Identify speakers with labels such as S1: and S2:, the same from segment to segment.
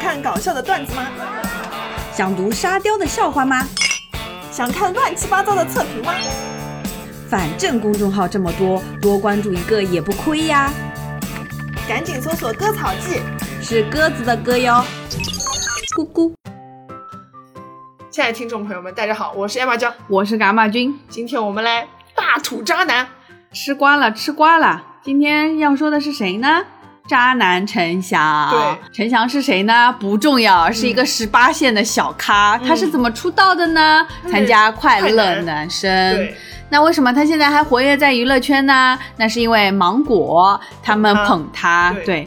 S1: 看搞笑的段子吗？
S2: 想读沙雕的笑话吗？
S1: 想看乱七八糟的测评吗？
S2: 反正公众号这么多，多关注一个也不亏呀。
S1: 赶紧搜索“割草记
S2: 是鸽子的歌哟，咕咕。”。
S1: 亲爱的听众朋友们，大家好，我是艾玛娇，
S3: 我是蛤蟆君，
S1: 今天我们来大吐渣男。
S3: 吃瓜了，吃瓜了。今天要说的是谁呢？渣男陈翔。
S1: 对，嗯
S3: 陈翔是谁呢？不重要，是一个十八线的小咖。他是怎么出道的呢？
S1: 嗯
S3: 参加《快乐
S1: 快男
S3: 男声》。
S1: 对，
S3: 那为什么他现在还活跃在娱乐圈呢？那是因为芒果他们
S1: 捧他
S3: 捧他，
S1: 对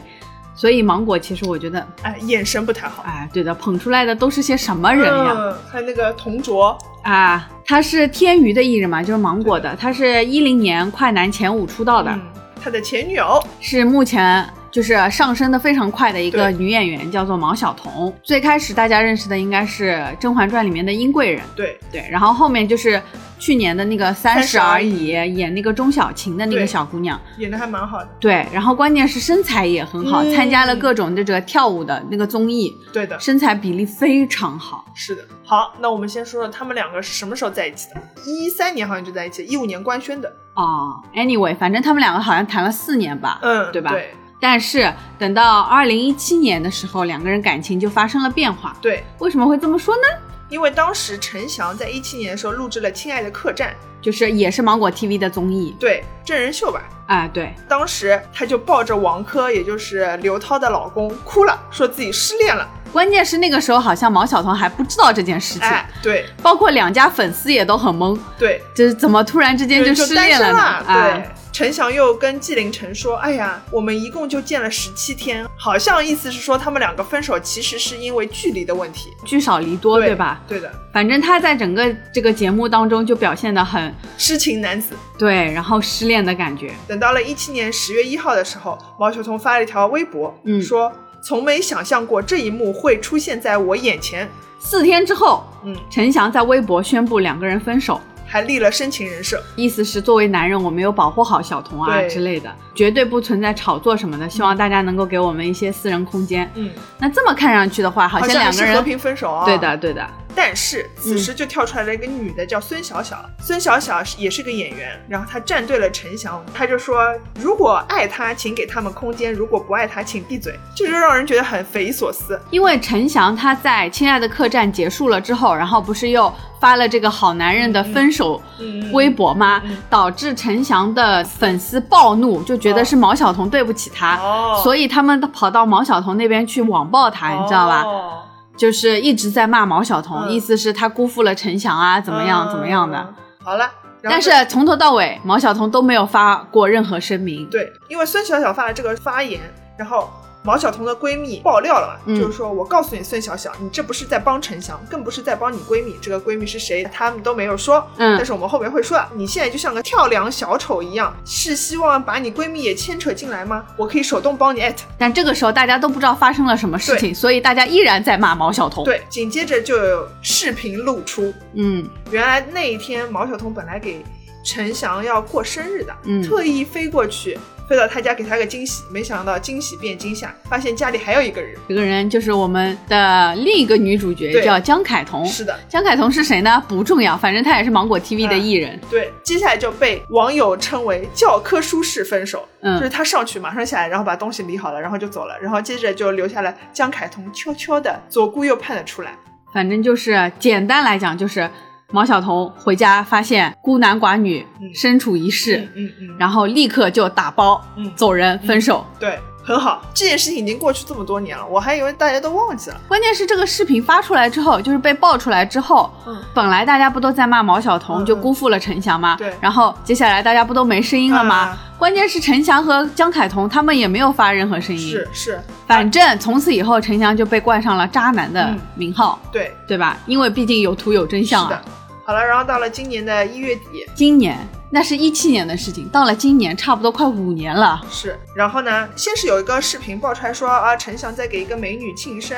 S3: 所以芒果其实我觉得，
S1: 哎，眼神不太好。
S3: 哎，对的，捧出来的都是些什么人呀？
S1: 嗯，还有那个同卓，
S3: 啊，他是天娱的艺人嘛，就是芒果的，他是一零年快男前五出道的，
S1: 嗯，他的前女友，
S3: 是目前就是上升的非常快的一个女演员，叫做毛晓彤。最开始大家认识的应该是《甄嬛传》里面的殷贵人，
S1: 对，
S3: 对，然后后面就是去年的那个《三十而已》演那个钟小琴的那
S1: 对
S3: 个小姑娘，
S1: 演的还蛮好的。
S3: 对，然后关键是身材也很好，
S1: 嗯
S3: 参加了各种这个跳舞的那个综艺，
S1: 对的，
S3: 身材比例非常好。
S1: 是的。好，那我们先说说他们两个是什么时候在一起的？一三年好像就在一起，一五年官宣的。
S3: 哦、a n y w a y 反正他们两个好像谈了四年吧，
S1: 嗯，
S3: 对吧
S1: 对
S3: 但是等到二零一七年的时候，两个人感情就发生了变化。
S1: 对，
S3: 为什么会这么说呢？
S1: 因为当时陈翔在一七年的时候录制了《亲爱的客栈》，
S3: 就是也是芒果 TV 的综艺
S1: 对真人秀吧。
S3: 啊，对，
S1: 当时他就抱着王珂，也就是刘涛的老公哭了，说自己失恋了。
S3: 关键是那个时候好像毛晓彤还不知道这件事情，
S1: 哎，对
S3: 包括两家粉丝也都很懵，
S1: 对，
S3: 就是怎么突然之间
S1: 就
S3: 失
S1: 单
S3: 恋
S1: 身
S3: 呢？
S1: 了。
S3: 啊，
S1: 对，陈翔又跟纪凌尘说：“哎呀，我们一共就见了十七天，好像意思是说他们两个分手其实是因为距离的问题，
S3: 聚少离多，对吧？？
S1: 对的，
S3: 反正他在整个这个节目当中就表现的很
S1: 痴情男子。”
S3: 对，然后失恋的感觉，
S1: 等到了一七年十月一号的时候，毛晓彤发了一条微博，
S3: 嗯
S1: 说从没想象过这一幕会出现在我眼前，
S3: 四天之后，
S1: 嗯，
S3: 陈翔在微博宣布两个人分手。
S1: 还立了深情人设，
S3: 意思是作为男人，我没有保护好小童啊
S1: 对
S3: 之类的，绝对不存在炒作什么的。希望大家能够给我们一些私人空间。
S1: 嗯，
S3: 那这么看上去的话，好
S1: 好
S3: 像
S1: 像
S3: 两
S1: 是
S3: 个
S1: 和
S3: 人
S1: 平分手啊、
S3: 对的，对的，
S1: 但是此时就跳出来了一个女的，叫孙小小。孙小小也是个演员，然后她站队了陈翔，她就说：“如果爱他，请给他们空间；如果不爱他，请闭嘴。”这就让人觉得很匪夷所思。
S3: 因为陈翔他在《亲爱的客栈》结束了之后，然后不是又发了这个好男人的分手
S1: 嗯
S3: 微博吗？
S1: 嗯
S3: 导致陈翔的粉丝暴怒，就觉
S1: 哦
S3: 得是毛晓彤对不起他，
S1: 哦
S3: 啊所以他们跑到毛晓彤那边去网暴他，你知道吧？
S1: 哦、
S3: 就是一直在骂毛晓彤，
S1: 嗯
S3: 意思是她辜负了陈翔啊，怎么样、
S1: 嗯
S3: 怎么样的。？
S1: 好了，然后
S3: 但是从头到尾，毛晓彤都没有发过任何声明。
S1: 对，因为孙小小发了这个发言，然后毛晓彤的闺蜜爆料了嘛，
S3: 嗯
S1: 就是说我告诉你，孙小小，你这不是在帮陈翔，更不是在帮你闺蜜。这个闺蜜是谁，他们都没有说，
S3: 嗯
S1: 但是我们后面会说的。你现在就像个跳梁小丑一样，是希望把你闺蜜也牵扯进来吗？我可以手动帮你艾特。
S3: 但这个时候大家都不知道发生了什么事情，所以大家依然在骂毛晓彤。，
S1: 对，紧接着就有视频露出，
S3: 嗯，
S1: 原来那一天毛晓彤本来给陈翔要过生日的，
S3: 嗯
S1: 特意飞过去。飞到他家给他个惊喜，没想到惊喜变惊吓，发现家里还有一个人。
S3: 这个人就是我们的另一个女主角，
S1: 对
S3: 叫江凯彤。
S1: 是的，
S3: 江凯彤是谁呢？不重要，反正她也是芒果 TV 的艺人。
S1: 对，接下来就被网友称为教科书式分手，
S3: 嗯
S1: 就是他上去马上下来，然后把东西理好了，然后就走了，然后接着就留下了江凯彤悄悄的左顾右盼的出来，
S3: 反正就是简单来讲，就是毛晓彤回家发现孤男寡女，
S1: 嗯
S3: 身处一室。
S1: 嗯嗯嗯，
S3: 然后立刻就打包、
S1: 嗯
S3: 走人分手。
S1: 对，很好，这件事情已经过去这么多年了，我还以为大家都忘记了，
S3: 关键是这个视频发出来之后，就是被爆出来之后，
S1: 嗯
S3: 本来大家不都在骂毛晓彤，
S1: 嗯
S3: 就辜负了陈翔吗？
S1: 对
S3: 然后接下来大家不都没声音了吗？
S1: 啊
S3: 关键是陈翔和江凯彤他们也没有发任何声音。
S1: 是，是，
S3: 反正从此以后，陈翔就被冠上了渣男的
S1: 嗯
S3: 名号，
S1: 对，
S3: 对吧？因为毕竟有图有真相
S1: 是
S3: 啊
S1: 的。。好了，然后到了今年的一月底，
S3: 今年那是一七年的事情，到了今年差不多快五年了。
S1: 是，然后呢，先是有一个视频爆出来说啊，陈翔在给一个美女庆生，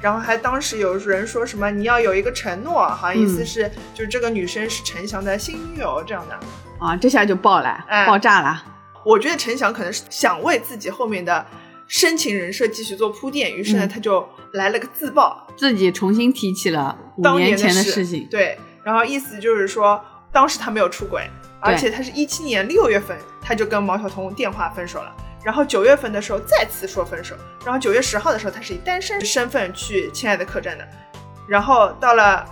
S1: 然后还当时有人说什么你要有一个承诺，好像意思
S3: 嗯
S1: 是、就是这个女生是陈翔的新女友这样的。
S3: 啊，这下就爆了，
S1: 哎
S3: 爆炸了。
S1: 我觉得陈翔可能是想为自己后面的深情人设继续做铺垫，于是呢，
S3: 嗯
S1: 他就来了个自曝，
S3: 自己重新提起了五
S1: 当
S3: 年
S1: 年
S3: 前
S1: 的
S3: 事情。
S1: 对，然后意思就是说，当时他没有出轨，而且他是一七年六月份他就跟毛晓彤电话分手了。然后九月份的时候再次说分手，然后九月十号的时候他是以单身身份去《亲爱的客栈》的，然后到了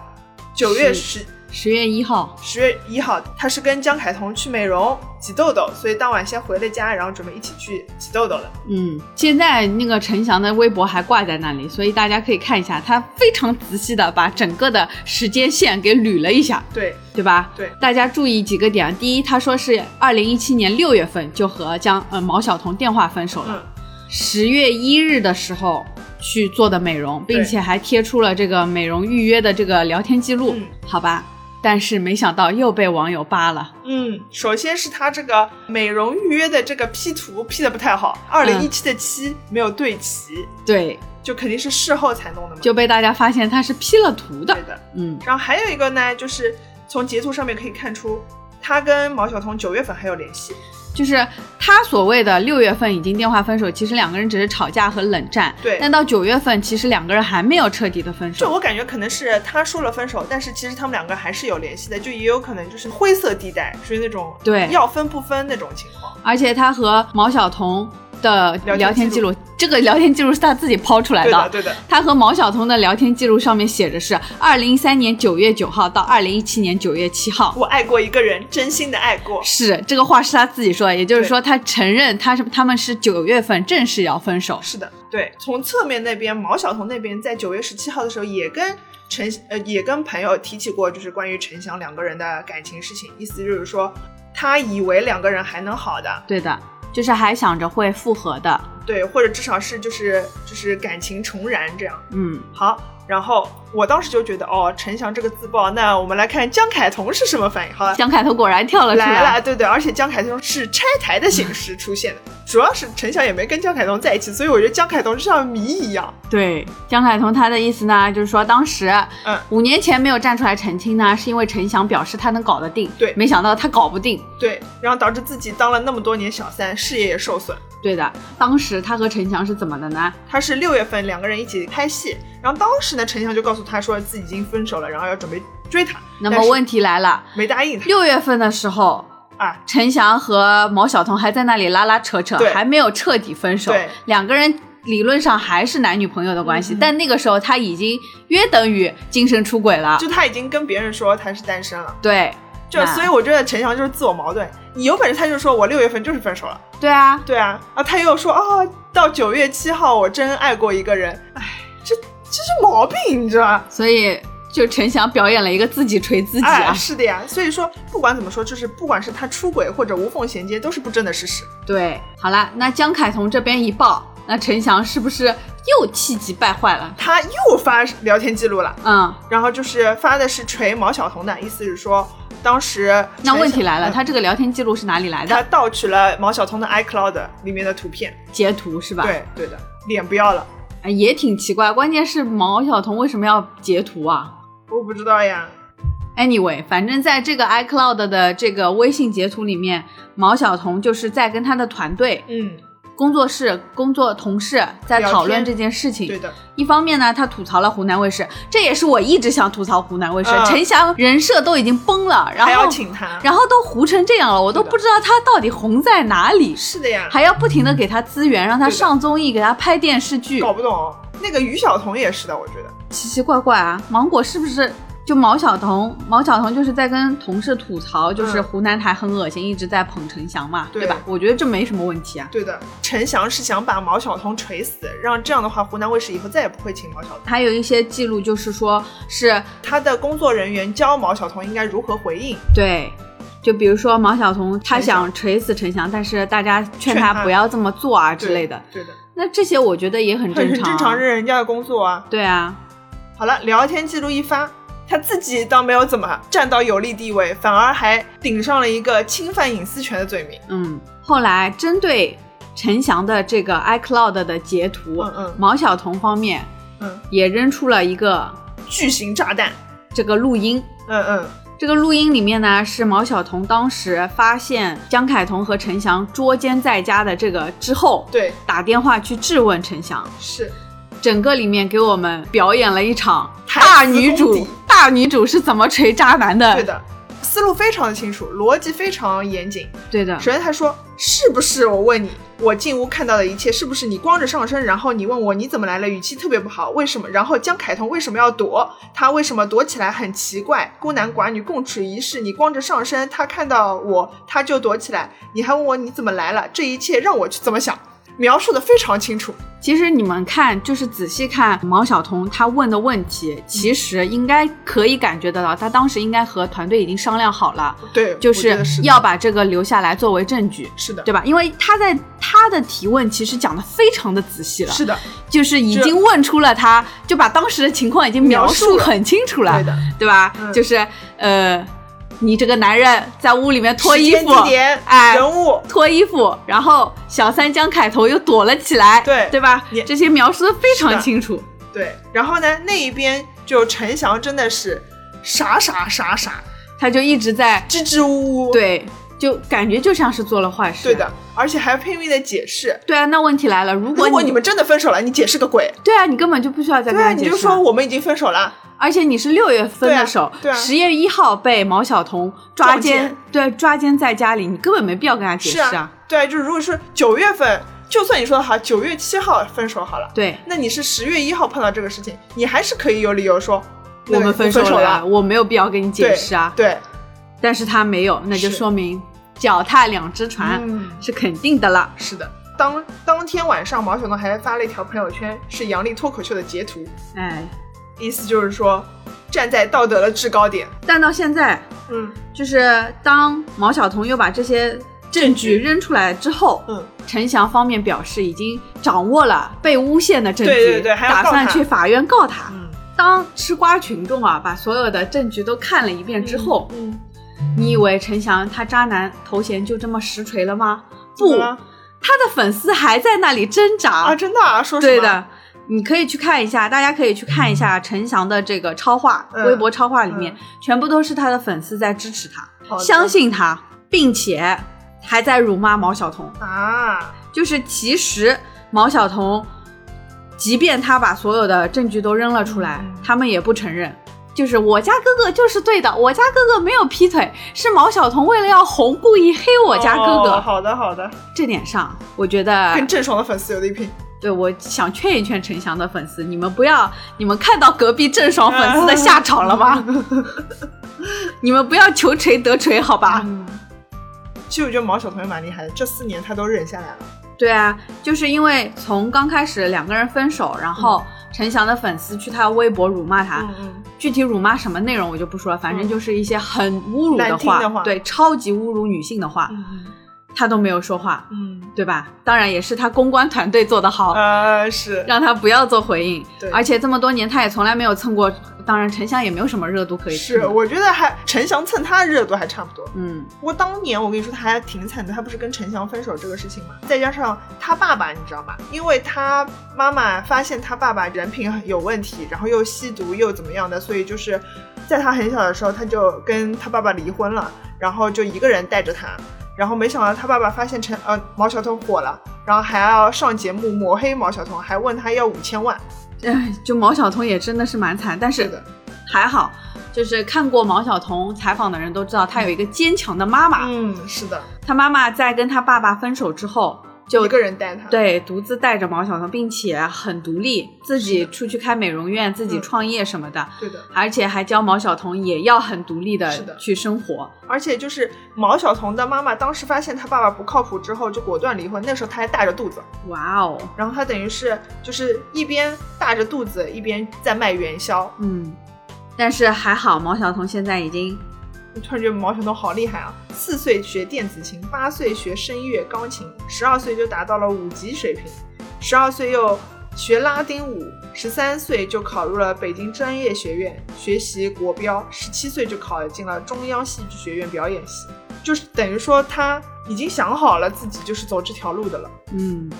S1: 九月十
S3: 十月一号，
S1: 十月一号，他是跟江凯彤去美容挤痘痘，所以当晚先回了家，然后准备一起去挤痘痘了。
S3: 嗯，现在那个陈翔的微博还挂在那里，所以大家可以看一下，他非常仔细的把整个的时间线给捋了一下，
S1: 对，
S3: 对吧？
S1: 对
S3: 大家注意几个点啊。第一，他说是二零一七年六月份就和江呃毛晓彤电话分手了，
S1: 嗯，
S3: 十月一日的时候去做的美容，并
S1: 对
S3: 且还贴出了这个美容预约的这个聊天记录，
S1: 嗯
S3: 好吧？但是没想到又被网友扒了。
S1: 嗯，首先是他这个美容预约的这个 P 图 P 的不太好，二零一七的七没有对齐，
S3: 对，
S1: 就肯定是事后才弄的嘛。
S3: 就被大家发现他是 P 了图的
S1: 对。的。
S3: 嗯，
S1: 然后还有一个呢，就是从截图上面可以看出，他跟毛晓彤九月份还有联系。
S3: 就是他所谓的六月份已经电话分手，其实两个人只是吵架和冷战。
S1: 对
S3: 但到九月份，其实两个人还没有彻底的分
S1: 就
S3: 手。
S1: 我感觉可能是他说了分手，但是其实他们两个还是有联系的，就也有可能就是灰色地带，属于那种
S3: 对
S1: 要分不分那种情况。
S3: 而且他和毛晓彤的聊
S1: 聊
S3: 天
S1: 天
S3: 记
S1: 记
S3: 录，这个聊天记录是他自己抛出来
S1: 对的，对的，
S3: 他和毛晓彤的聊天记录上面写着是二零一三年九月九号到二零一七年九月七号，
S1: 我爱过一个人，真心的爱过。
S3: 是这个话是他自己说的，也就是说他承认他是他们是九月份正式要分手。
S1: 是的，对，从侧面那边，毛晓彤那边在九月十七号的时候也跟陈呃也跟朋友提起过，就是关于陈翔两个人的感情事情，意思就是说他以为两个人还能好的，
S3: 对的，就是还想着会复合的。
S1: 对，或者至少是就是就是感情重燃这样。
S3: 嗯，
S1: 好，然后我当时就觉得哦，陈翔这个自爆，那我们来看江凯彤是什么反应。好了，
S3: 江凯头果然跳了出
S1: 来了，对对，而且江凯彤是拆台的形式出现的，主要是陈翔也没跟江凯彤在一起，所以我觉得江凯彤就像谜一样。
S3: 对，江凯彤他的意思呢，就是说当时，
S1: 嗯
S3: 五年前没有站出来澄清呢，是因为陈翔表示他能搞得定，
S1: 对
S3: 没想到他搞不定。
S1: 对，然后导致自己当了那么多年小三，事业也受损。
S3: 对的，当时他和陈翔是怎么的呢？
S1: 他是六月份两个人一起拍戏，然后当时呢，陈翔就告诉他说自己已经分手了，然后要准备追她，
S3: 那
S1: 但
S3: 么
S1: 是
S3: 问题来了，
S1: 没答应他
S3: 六月份的时候，
S1: 啊。
S3: 陈翔和毛晓彤还在那里拉拉扯扯，
S1: 对
S3: 还没有彻底分手
S1: 对，
S3: 两个人。理论上还是男女朋友的关系，
S1: 嗯嗯
S3: 但那个时候他已经约等于精神出轨了。
S1: 就他已经跟别人说他是单身了，
S3: 对，
S1: 就
S3: 那
S1: 所以我觉得陈翔就是自我矛盾。你有本事他就说我六月份就是分手了，
S3: 对啊，
S1: 对啊，啊他又说啊到九月七号我真爱过一个人，哎，这这是毛病，你知道吧？
S3: 所以就陈翔表演了一个自己锤自己啊。
S1: 哎，是的呀。所以说不管怎么说，就是不管是他出轨或者无缝衔接，都是不争的事实。
S3: 对，好啦，那江凯彤这边一爆，那陈翔是不是又气急败坏了？
S1: 他又发聊天记录了，
S3: 嗯，
S1: 然后就是发的是锤毛晓彤的，意思是说当时
S3: 那问题来了，
S1: 嗯
S3: 他这个聊天记录是哪里来
S1: 他
S3: 的？
S1: 盗取了毛晓彤的 iCloud 里面的图片，
S3: 截图是吧？
S1: 对对的，脸不要了，
S3: 哎，也挺奇怪。关键是毛晓彤为什么要截图啊
S1: 我不知道呀，
S3: ？Anyway，反正在这个 iCloud 的这个微信截图里面，毛晓彤就是在跟他的团队、
S1: 嗯，
S3: 工作室、工作同事在
S1: 聊
S3: 讨论
S1: 天
S3: 这件事情。
S1: 对的，
S3: 一方面呢，他吐槽了湖南卫视，这也是我一直想吐槽湖南卫视，
S1: 嗯
S3: 陈翔人设都已经崩了，然
S1: 还要
S3: 后
S1: 请他，
S3: 然后都糊成这样了，我都
S1: 是的
S3: 不知道他到底红在哪里，
S1: 是的呀，
S3: 还要不停的给他资源，让他
S1: 对的
S3: 上综艺，给他拍电视剧，
S1: 搞不懂。那个于晓彤也是的，我觉得，
S3: 奇奇怪怪啊！芒果是不是就毛晓彤？毛晓彤就是在跟同事吐槽，就是
S1: 嗯
S3: 湖南台很恶心，一直在捧陈翔嘛，
S1: 对
S3: 对吧？我觉得这没什么问题啊。
S1: 对的。陈翔是想把毛晓彤锤死，让这样的话湖南卫视以后再也不会请毛晓彤。
S3: 还有一些记录，就是说是
S1: 他的工作人员教毛晓彤应该如何回应，
S3: 对，就比如说毛晓彤，他
S1: 陈翔
S3: 想锤死陈翔，但是大家劝
S1: 劝
S3: 他
S1: 他
S3: 不要这么做啊之
S1: 对
S3: 类的。，
S1: 对的，
S3: 那这些我觉得也很
S1: 很
S3: 正常、啊
S1: 正常，是。人家的工作啊。
S3: 对啊，
S1: 好了，聊天记录一发，他自己倒没有怎么站到有利地位，反而还顶上了一个侵犯隐私权的罪名。
S3: 嗯。后来针对陈翔的这个 iCloud 的截图，
S1: 嗯嗯
S3: 毛晓彤方面
S1: 嗯，
S3: 也扔出了一个
S1: 巨型炸弹。
S3: 这个录音。
S1: 嗯嗯，
S3: 这个录音里面呢，是毛晓彤当时发现江凯彤和陈翔捉奸在家的这个之后，
S1: 对，
S3: 打电话去质问陈翔，
S1: 是
S3: 整个里面给我们表演了一场
S1: 台词
S3: 大女
S1: 功
S3: 主
S1: 底，
S3: 大女主是怎么锤渣男的。
S1: 对的，思路非常的清楚，逻辑非常严谨。
S3: 对的，
S1: 首先他说是不是？我问你，我进屋看到的一切是不是你光着上身？然后你问我你怎么来了，语气特别不好，为什么？然后江凯彤为什么要躲？他为什么躲起来很奇怪？孤男寡女共处一室，你光着上身，他看到我他就躲起来，你还问我你怎么来了？这一切让我去怎么想？描述的非常清楚，
S3: 其实你们看，就是仔细看毛晓彤她问的问题，其实应该可以感觉得到，她当时应该和团队已经商量好了，
S1: 对，
S3: 就
S1: 我觉
S3: 是
S1: 得是的
S3: 要把这个留下来作为证据，
S1: 是的，
S3: 对吧？因为她在她的提问其实讲的非常的仔细了，
S1: 是的，
S3: 就是已经问出了她，就把当时的情况已经描述很清楚了，
S1: 对的，
S3: 对吧？
S1: 嗯
S3: 就是呃，你这个男人在屋里面脱
S1: 时
S3: 衣
S1: 间
S3: 服，
S1: 地点、
S3: 哎
S1: 人物，
S3: 脱衣服，然后小三江凯头又躲了起来，
S1: 对
S3: 对吧
S1: 你？
S3: 这些描述的非
S1: 是
S3: 常
S1: 的
S3: 清楚。
S1: 对，然后呢那一边就陈翔真的是傻傻傻傻，
S3: 他就一直在
S1: 支支吾吾，。
S3: 对，就感觉就像是做了坏事。
S1: 对的，，而且还拼命的解释。
S3: 对啊。那问题来了，如果
S1: 如
S3: 你
S1: 果你们真的分手了，你解释个鬼？
S3: 对啊，你根本就不需要再
S1: 对
S3: 跟
S1: 啊，
S3: 他
S1: 你
S3: 解
S1: 就
S3: 释
S1: 说
S3: 了。
S1: 我们已经分手了。
S3: 而且你是六月分
S1: 对啊
S3: 的手
S1: 对，啊
S3: 十月一号被毛晓彤抓
S1: 撞
S3: 奸
S1: 见，
S3: 对，抓奸在家里，你根本没必要跟他解
S1: 是
S3: 释啊
S1: 啊。，对啊，就是如果是九月份，就算你说的好，九月七号分手好了，
S3: 对，
S1: 那你是十月一号碰到这个事情，你还是可以有理由说
S3: 我
S1: 那个
S3: 们分
S1: 手
S3: 手了，
S1: 了。
S3: 我没有必要跟你解
S1: 对
S3: 释啊。
S1: 对，
S3: 但是他没有，那就是说明脚踏两只船
S1: 嗯
S3: 是肯定的了。
S1: 是的。当当天晚上，毛晓彤还发了一条朋友圈，是杨笠脱口秀的截图，
S3: 哎，
S1: 意思就是说站在道德的制高点。
S3: 但到现在，
S1: 嗯
S3: 就是当毛晓彤又把这些证据扔出来之后，
S1: 嗯，
S3: 陈翔方面表示已经掌握了被诬陷的证据，
S1: 对对对还要告
S3: 打
S1: 他
S3: 算去法院告他。
S1: 嗯
S3: 当吃瓜群众啊把所有的证据都看了一遍之后，
S1: 嗯，
S3: 你以为陈翔他渣男头衔就这么实锤了吗？不，
S1: 怎么了
S3: 他的粉丝还在那里挣扎
S1: 嗯啊，真的啊，说什么？
S3: 对的，你可以去看一下，大家可以去看一下陈翔的这个超话，
S1: 嗯
S3: 微博超话里面、
S1: 嗯
S3: 全部都是他的粉丝在支持他，
S1: 好的，
S3: 相信他，并且还在辱骂毛晓彤。
S1: 啊，
S3: 就是其实毛晓彤，即便他把所有的证据都扔了出来，
S1: 嗯
S3: 他们也不承认。就是我家哥哥就是对的，我家哥哥没有劈腿，是毛晓彤为了要红故意黑我家哥哥。
S1: 哦好的好的，
S3: 这点上，我觉得
S1: 跟郑爽的粉丝有的一 拼。
S3: 对，我想劝一劝陈翔的粉丝，你们不要，你们看到隔壁郑爽哦粉丝的下场了
S1: 嗯
S3: 吗？你们不要求锤得锤，好吧？
S1: 啊嗯其实我觉得毛晓彤也蛮厉害的，这四年她都忍下来了。
S3: 对啊，就是因为从刚开始两个人分手，然后陈翔的粉丝去他微博辱骂他，
S1: 嗯
S3: 具体辱骂什么内容我就不说了，反正就是一些很侮辱的
S1: 难听
S3: 话，
S1: 的话
S3: 对，超级侮辱女性的话，
S1: 嗯
S3: 他都没有说话，
S1: 嗯，
S3: 对吧？当然也是他公关团队做得好，
S1: 呃是，
S3: 让他不要做回应。
S1: 对
S3: 而且这么多年他也从来没有蹭过，当然陈翔也没有什么热度可以蹭
S1: 是，我觉得还陈翔蹭她的热度还差不多。
S3: 嗯，
S1: 不过当年我跟你说，她还挺惨的，她不是跟陈翔分手这个事情嘛，再加上她爸爸，你知道吧？因为她妈妈发现她爸爸人品有问题，然后又吸毒又怎么样的，所以就是在她很小的时候，她就跟她爸爸离婚了，然后就一个人带着她。然后没想到她爸爸发现陈呃毛晓彤火了，然后还要上节目抹黑毛晓彤，还问她要五千万。
S3: 哎，就毛晓彤也真的是蛮惨，但是
S1: 的，
S3: 还好，就是看过毛晓彤采访的人都知道，她有一个坚强的妈妈。
S1: 嗯，是的，
S3: 她妈妈在跟她爸爸分手之后，就
S1: 一个人带她。，
S3: 对独自带着毛晓彤，并且很独立，自己
S1: 是的
S3: 出去开美容院，自己
S1: 嗯
S3: 创业什么的，
S1: 对的。
S3: 而且还教毛晓彤也要很独立
S1: 是
S3: 的
S1: 的
S3: 去生活。
S1: 而且就是毛晓彤的妈妈当时发现她爸爸不靠谱之后，就果断离婚。那时候她还大着肚子，
S3: 哇哦，
S1: 然后她等于是就是一边大着肚子，一边在卖元宵。
S3: 嗯，但是还好，毛晓彤现在已经
S1: 我突然觉得毛晓彤好厉害啊！四岁学电子琴，八岁学声乐钢琴，十二岁就达到了五级水平，十二岁又学拉丁舞，十三岁就考入了北京专业学院学习国标，十七岁就考进了中央戏剧学院表演系。就是等于说，他已经想好了自己就是走这条路的了。
S3: 嗯，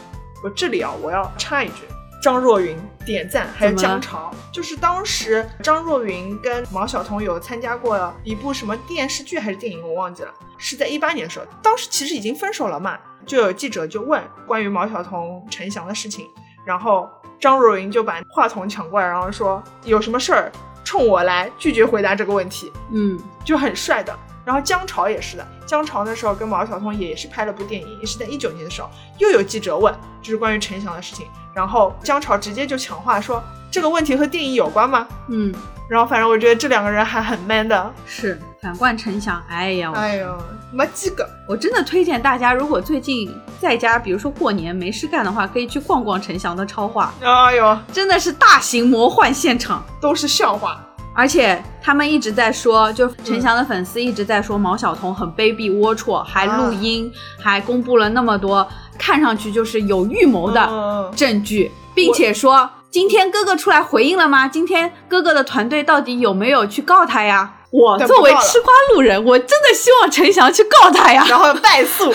S1: 我这里啊，我要插一句，张若昀点赞，还有
S3: 怎么
S1: 姜
S3: 了
S1: 潮，就是当时张若昀跟毛晓彤有参加过一部什么电视剧还是电影，我忘记了，是在一八年的时候，当时其实已经分手了嘛，就有记者就问关于毛晓彤、陈翔的事情，然后张若昀就把话筒抢过来，然后说有什么事儿冲我来，拒绝回答这个问题。
S3: 嗯，
S1: 就很帅的。然后姜潮也是的，姜潮那时候跟毛晓彤也是拍了部电影，也是在一九年的时候，又有记者问，就是关于陈翔的事情，然后姜潮直接就抢话说这个问题和电影有关吗？
S3: 嗯，
S1: 然后反正我觉得这两个人还很 man 的，
S3: 是反观陈翔，哎呀，我
S1: 哎呦，没几个，
S3: 我真的推荐大家，如果最近在家，比如说过年没事干的话，可以去逛逛陈翔的超话，
S1: 哎呦，
S3: 真的是大型魔幻现场。
S1: 都是笑话，
S3: 而且他们一直在说，就陈翔的粉丝一直在说毛晓彤很卑鄙龌龊，还录音，
S1: 啊
S3: 还公布了那么多看上去就是有预谋的
S1: 嗯
S3: 证据，并且说今天哥哥出来回应了吗？今天哥哥的团队到底有没有去告他呀？我
S1: 对
S3: 作为
S1: 不告了
S3: 吃瓜路人，我真的希望陈翔去告他呀。
S1: 然后败诉，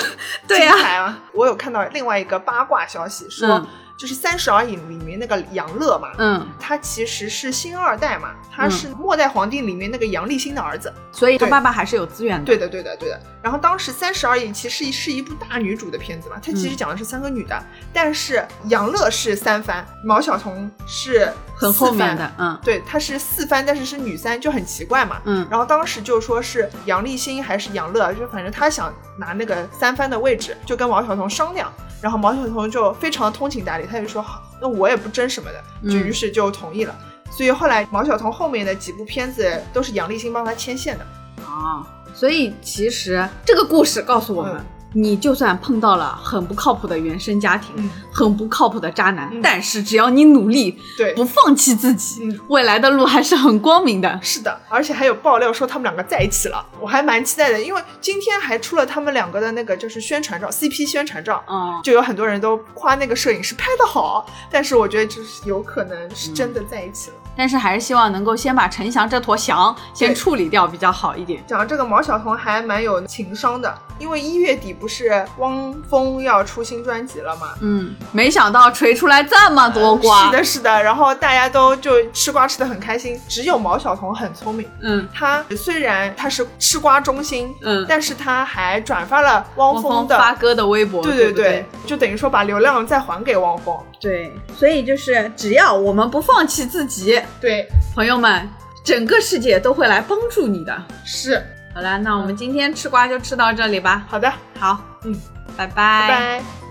S3: 对呀
S1: 精彩啊！我有看到另外一个八卦消息说，
S3: 嗯
S1: 就是《三十而已》里面那个杨乐嘛，
S3: 嗯，
S1: 他其实是星二代嘛，他是末代皇帝里面那个杨立新的儿子。
S3: 所以他
S1: 对
S3: 爸爸还是有资源的。
S1: 对的，对的，对的。然后当时《三十而已》其实是一部大女主的片子嘛，它其实讲的是三个女的，但是杨乐是三番，毛晓彤是
S3: 很后
S1: 四
S3: 面
S1: 番
S3: 的，，嗯
S1: 对，她是四番，但是是女三，就很奇怪嘛。
S3: 嗯
S1: 然后当时就说是杨立新还是杨乐，就反正他想拿那个三番的位置，就跟毛晓彤商量。然后毛晓彤就非常通情达理，他就说好，那我也不争什么的，就
S3: 嗯
S1: 于是就同意了。所以后来毛晓彤后面的几部片子都是杨立新帮她牵线的。
S3: 啊，所以其实这个故事告诉我们，
S1: 嗯
S3: 你就算碰到了很不靠谱的原生家庭，
S1: 嗯
S3: 很不靠谱的渣男，
S1: 嗯
S3: 但是只要你努力，
S1: 对，
S3: 不放弃自己，
S1: 嗯
S3: 未来的路还是很光明的。
S1: 是的，而且还有爆料说他们两个在一起了，我还蛮期待的，因为今天还出了他们两个的那个就是宣传照，CP 宣传照，
S3: 嗯，
S1: 就有很多人都夸那个摄影师拍的好，但是我觉得就是有可能是真的在一起了。
S3: 但是还是希望能够先把陈翔这坨翔先
S1: 对
S3: 处理掉比较好一点。
S1: 讲到这个毛晓彤还蛮有情商的，因为一月底不是汪峰要出新专辑了吗？
S3: 嗯，没想到锤出来这么多瓜。
S1: 是的，是的，然后大家都就吃瓜吃的很开心，只有毛晓彤很聪明，
S3: 嗯
S1: 她虽然她是吃瓜中心，
S3: 嗯，
S1: 但是她还转发了汪峰
S3: 峰
S1: 的
S3: 发哥的微博，
S1: 对
S3: 对
S1: 对，就等于说把流量再还给汪峰。
S3: 对，所以就是只要我们不放弃自己，
S1: 对，
S3: 朋友们，整个世界都会来帮助你的。
S1: 是
S3: 好了，那我们今天吃瓜就吃到这里吧。
S1: 好的，
S3: 好，
S1: 嗯，
S3: 拜拜
S1: 拜拜。